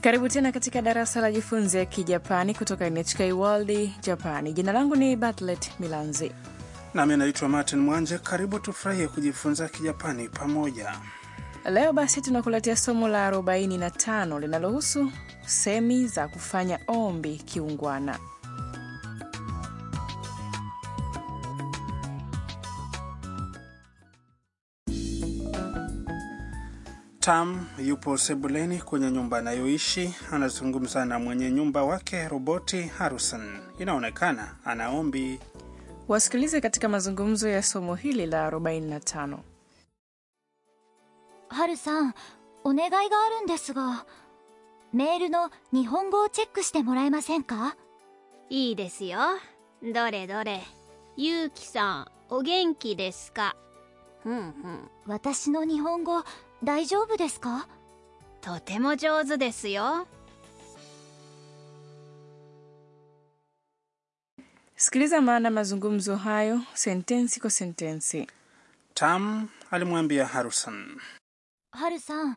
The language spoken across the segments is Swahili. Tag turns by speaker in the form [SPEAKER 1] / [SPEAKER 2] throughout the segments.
[SPEAKER 1] Karibu tena katika darasa la jifunze Kijapani kutoka NHK World Japani. Jina langu ni Bartlett Milanzi.
[SPEAKER 2] Nami naitwa Martin Mwanje. Karibu tufurahie kujifunza Kijapani pamoja.
[SPEAKER 1] Leo basi tunakuletea somo la 45 linalohusu semi za kufanya ombi kiungwana.
[SPEAKER 2] Tam yupo sebuleni kwenye nyumba anayoishi, anazungumza na mwenye nyumba wake roboti Harrison. Inaonekana ana ombi.
[SPEAKER 1] Wasikilize katika mazungumzo ya somo hili la 45.
[SPEAKER 3] ハルさん、お願いがあるんですが、メールの日本語をチェックしてもらえませんか
[SPEAKER 4] いいですよどれどれゆうきさんお元気ですかふんふん
[SPEAKER 3] 私の日本語、大丈夫ですか
[SPEAKER 4] とても上手ですよ
[SPEAKER 1] Sikiliza maana mazungumzo hayo sentensi kwa sentensi.
[SPEAKER 2] Tam alimwambia Harrison,
[SPEAKER 3] ハルさん、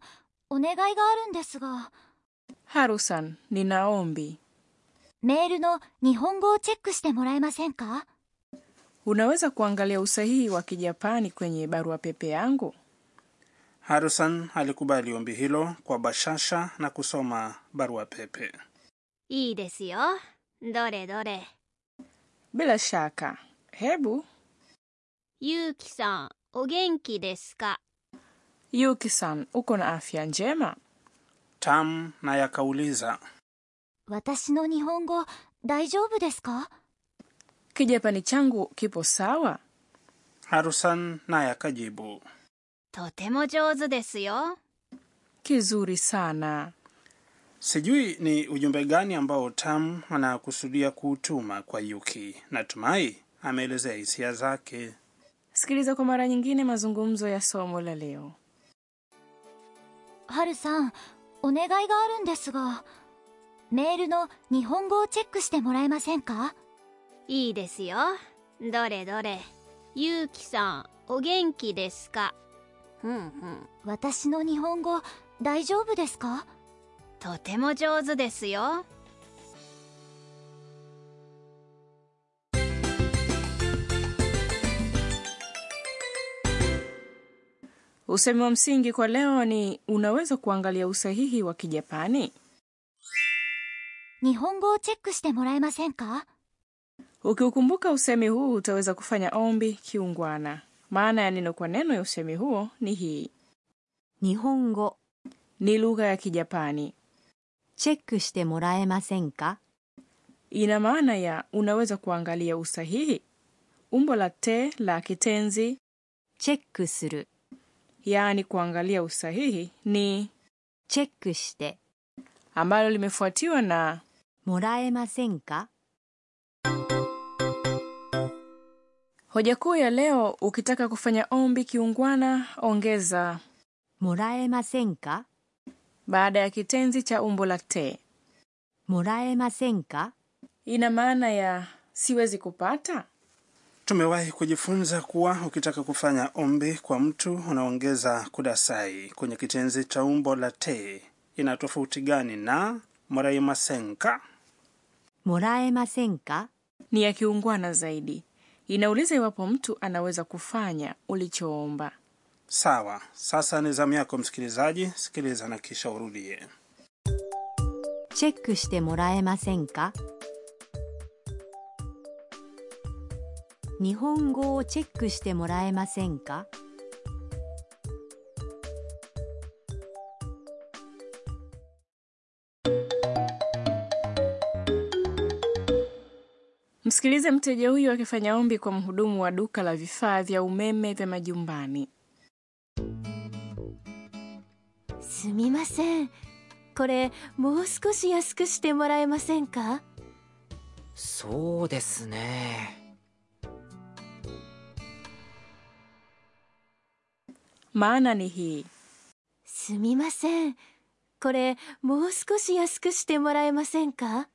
[SPEAKER 3] お願いがあるんですが、
[SPEAKER 1] Harusan, nina ombi.
[SPEAKER 3] メールの日本語をチェックしてもらえませんか
[SPEAKER 1] Unaweza kuangalia usahihi wa Kijapani kwenye barua pepe yangu?
[SPEAKER 2] Harrison alikubali ombi hilo kwa bashasha na kusoma barua pepe.
[SPEAKER 4] いいですよどれどれ
[SPEAKER 1] Bila shaka. Hebu
[SPEAKER 4] ゆうきさんお元気ですか
[SPEAKER 1] Yuki-san, uko na afya njema?
[SPEAKER 2] Tam naye akauliza,
[SPEAKER 3] 私の日本語、大丈夫ですか
[SPEAKER 1] Kijapani changu kipo sawa?
[SPEAKER 2] Harrison naye akajibu.
[SPEAKER 4] とても上手ですよ
[SPEAKER 1] Kizuri sana.
[SPEAKER 2] Sijui ni ujumbe gani ambao Tam anakusudia kuutuma kwa Yuki. Natumai ameelezea hisia zake.
[SPEAKER 1] Sikiliza kwa mara nyingine mazungumzo ya somo la leo.
[SPEAKER 3] ハルさん、お願いがあるんですが、メールの日本語をチェックしてもらえませんか
[SPEAKER 4] いいですよどれどれゆうきさんお元気ですかふんふん
[SPEAKER 3] 私の日本語、大丈夫ですか
[SPEAKER 4] とても上手ですよ
[SPEAKER 1] Usemi wa msingi kwa leo ni unaweza kuangalia usahihi wa Kijapani?
[SPEAKER 3] 日本語をチェックしてもらえませんか
[SPEAKER 1] Ukiukumbuka usemi huu utaweza kufanya ombi kiungwana. Maana ya neno kwa neno ya usemi huo ni hii:
[SPEAKER 5] 日本語
[SPEAKER 1] ni lugha ya Kijapani,
[SPEAKER 5] チェックしてもらえませんか
[SPEAKER 1] ina maana ya unaweza kuangalia usahihi. Umbo la te la kitenzi,
[SPEAKER 5] チェックする
[SPEAKER 1] yaani kuangalia usahihi, ni
[SPEAKER 5] チェックして
[SPEAKER 1] ambalo limefuatiwa na
[SPEAKER 5] もらえませんか
[SPEAKER 1] hoja kuu ya leo. Ukitaka kufanya ombi kiungwana, ongeza
[SPEAKER 5] もらえませんか
[SPEAKER 1] baada ya kitenzi cha umbo la te.
[SPEAKER 5] もらえませんか
[SPEAKER 1] Ina maana ya siwezi kupata.
[SPEAKER 2] Tumewahi kujifunza kuwa ukitaka kufanya ombi kwa mtu unaongeza kudasai kwenye kitenzi cha umbo la te. Ina tofauti gani na moraimasenka?
[SPEAKER 5] もらえませんか
[SPEAKER 1] ni ya kiungwana zaidi. Inauliza iwapo mtu anaweza kufanya ulichoomba.
[SPEAKER 2] Sawa, sasa ni zamu yako msikilizaji, sikiliza na kisha urudie.
[SPEAKER 5] チェックしてもらえませんか日本語をチェックしてもらえませんか
[SPEAKER 1] Msikilize mteja huyu akifanya ombi kwa mhudumu wa duka la vifaa vya umeme vya majumbani.
[SPEAKER 3] すみませんこれもう少し安くしてもらえませんか
[SPEAKER 6] そうですね。
[SPEAKER 1] Maana ni hii:
[SPEAKER 3] すみませんこれもう少し安くしてもらえませんか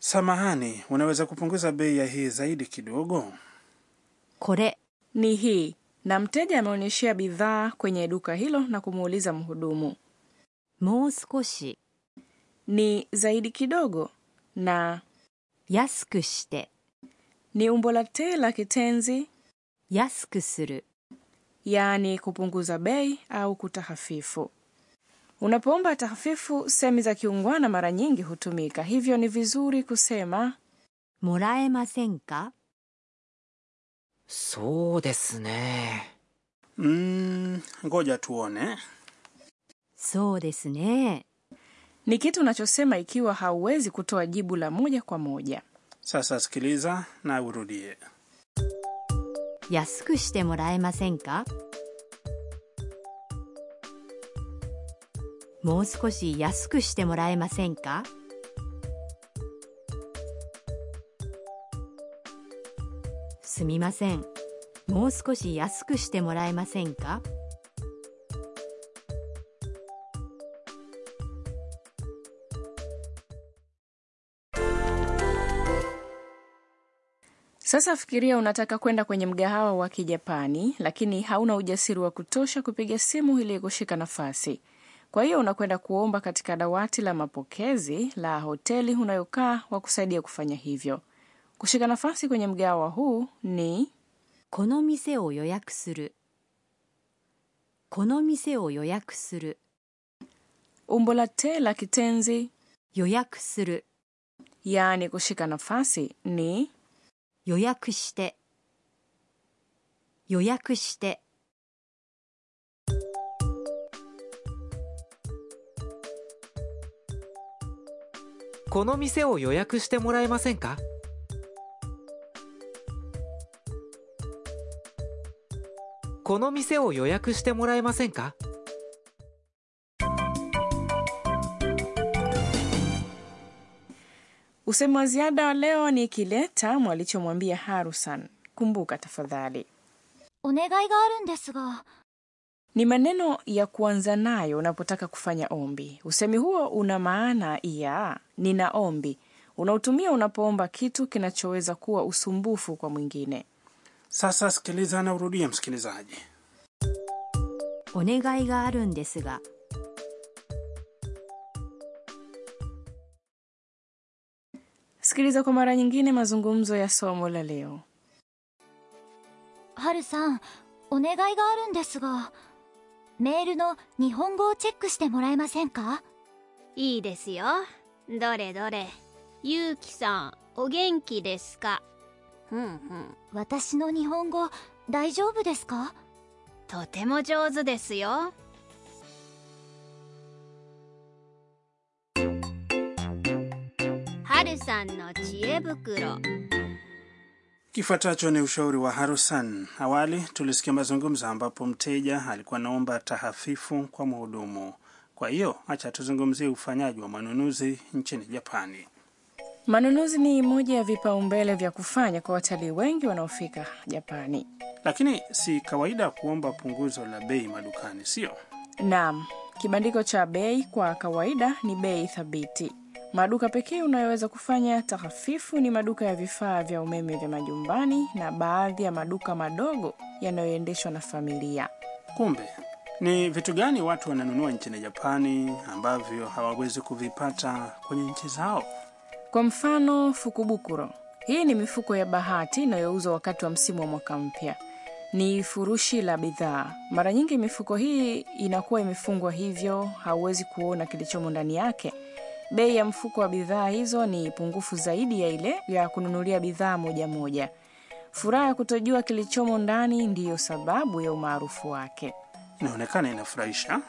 [SPEAKER 2] Samahani, unaweza kupunguza bei ya hii zaidi kidogo?
[SPEAKER 5] これ
[SPEAKER 1] ni hii, na mteja ameonyeshea bidhaa kwenye duka hilo na kumuuliza mhudumu.
[SPEAKER 5] もう少し
[SPEAKER 1] ni zaidi kidogo na
[SPEAKER 5] 安くして、
[SPEAKER 1] ni umbo la te la kitenzi
[SPEAKER 5] 安くする、
[SPEAKER 1] yaani kupunguza bei au kutahafifu. Unapoomba tahafifu, semi za kiungwana mara nyingi hutumika, hivyo ni vizuri kusema
[SPEAKER 5] もらえませんか
[SPEAKER 6] そうですね
[SPEAKER 2] Mm, ngoja tuone.
[SPEAKER 5] そうですね。
[SPEAKER 1] ni kitu unachosema ikiwa hauwezi kutoa jibu la moja kwa moja.
[SPEAKER 2] Sasa sikiliza na urudie.
[SPEAKER 5] 安くしてもらえませんかもう少し安くしてもらえませんかすみませんもう少し安くしてもらえませんか
[SPEAKER 1] Sasa fikiria unataka kwenda kwenye mgahawa wa Kijapani, lakini hauna ujasiri wa kutosha kupiga simu ili kushika nafasi. Kwa hiyo unakwenda kuomba katika dawati la mapokezi la hoteli unayokaa wa kusaidia kufanya hivyo. Kushika nafasi kwenye mgahawa huu ni
[SPEAKER 5] この店を予約するこの店を予約する
[SPEAKER 1] umbo la te la kitenzi,
[SPEAKER 5] 予約する
[SPEAKER 1] yaani kushika nafasi ni
[SPEAKER 5] 予約して予約して
[SPEAKER 6] この店を予約してもらえませんかこの店を予約してもらえませんか
[SPEAKER 1] Usemi wa ziada wa leo ni kileta mwalichomwambia Harusan. Kumbuka tafadhali.
[SPEAKER 3] お願いがあるんですが、
[SPEAKER 1] ni maneno ya kuanza nayo unapotaka kufanya ombi. Usemi huo una maana ya nina ombi, unautumia unapoomba kitu kinachoweza kuwa usumbufu kwa mwingine.
[SPEAKER 2] Sasa sikiliza na urudie, msikilizaji.
[SPEAKER 5] お願いがあるんですが「
[SPEAKER 1] Sikiliza kwa mara nyingine mazungumzo ya somo la leo.
[SPEAKER 3] ハルさん、お願いがあるんですが、メールの日本語をチェックしてもらえませんか
[SPEAKER 4] いいですよどれどれゆうきさんお元気ですかふんふん
[SPEAKER 3] 私の日本語、大丈夫ですか
[SPEAKER 4] とても上手ですよはるさんの知恵袋
[SPEAKER 2] Kifuatacho ni ushauri wa Harusan. Awali tulisikia mazungumzo ambapo mteja alikuwa anaomba tahafifu kwa mhudumu. Kwa hiyo acha tuzungumzie ufanyaji wa manunuzi nchini Japani.
[SPEAKER 1] Manunuzi ni moja ya vipaumbele vya kufanya kwa watalii wengi wanaofika Japani.
[SPEAKER 2] Lakini si kawaida kuomba punguzo la bei madukani, sio?
[SPEAKER 1] Naam, kibandiko cha bei kwa kawaida ni bei thabiti. Maduka pekee unayoweza kufanya tahafifu ni maduka ya vifaa vya umeme vya majumbani na baadhi ya maduka madogo yanayoendeshwa na familia.
[SPEAKER 2] Kumbe ni vitu gani watu wananunua nchini Japani ambavyo hawawezi kuvipata kwenye nchi zao?
[SPEAKER 1] Kwa mfano, fukubukuro. Hii ni mifuko ya bahati inayouzwa wakati wa msimu wa mwaka mpya. Ni furushi la bidhaa. Mara nyingi mifuko hii inakuwa imefungwa, hivyo hauwezi kuona kilichomo ndani yake. Bei ya mfuko wa bidhaa hizo ni pungufu zaidi ya ile ya kununulia bidhaa moja moja. Furaha ya kutojua kilichomo ndani ndiyo sababu ya umaarufu wake.
[SPEAKER 2] Inaonekana inafurahisha.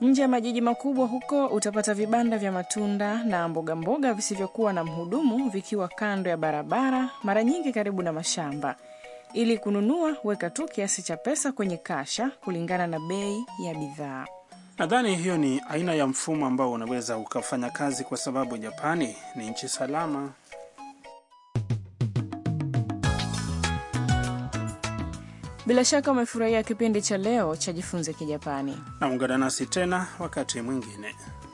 [SPEAKER 1] Nje ya majiji makubwa huko utapata vibanda vya matunda na mboga mboga visivyokuwa na mhudumu vikiwa kando ya barabara, mara nyingi karibu na mashamba. Ili kununua, weka tu kiasi cha pesa kwenye kasha kulingana na bei ya bidhaa.
[SPEAKER 2] Nadhani hiyo ni aina ya mfumo ambao unaweza ukafanya kazi, kwa sababu Japani ni nchi salama.
[SPEAKER 1] Bila shaka umefurahia kipindi cha leo cha Jifunze Kijapani.
[SPEAKER 2] na ungana nasi tena wakati mwingine.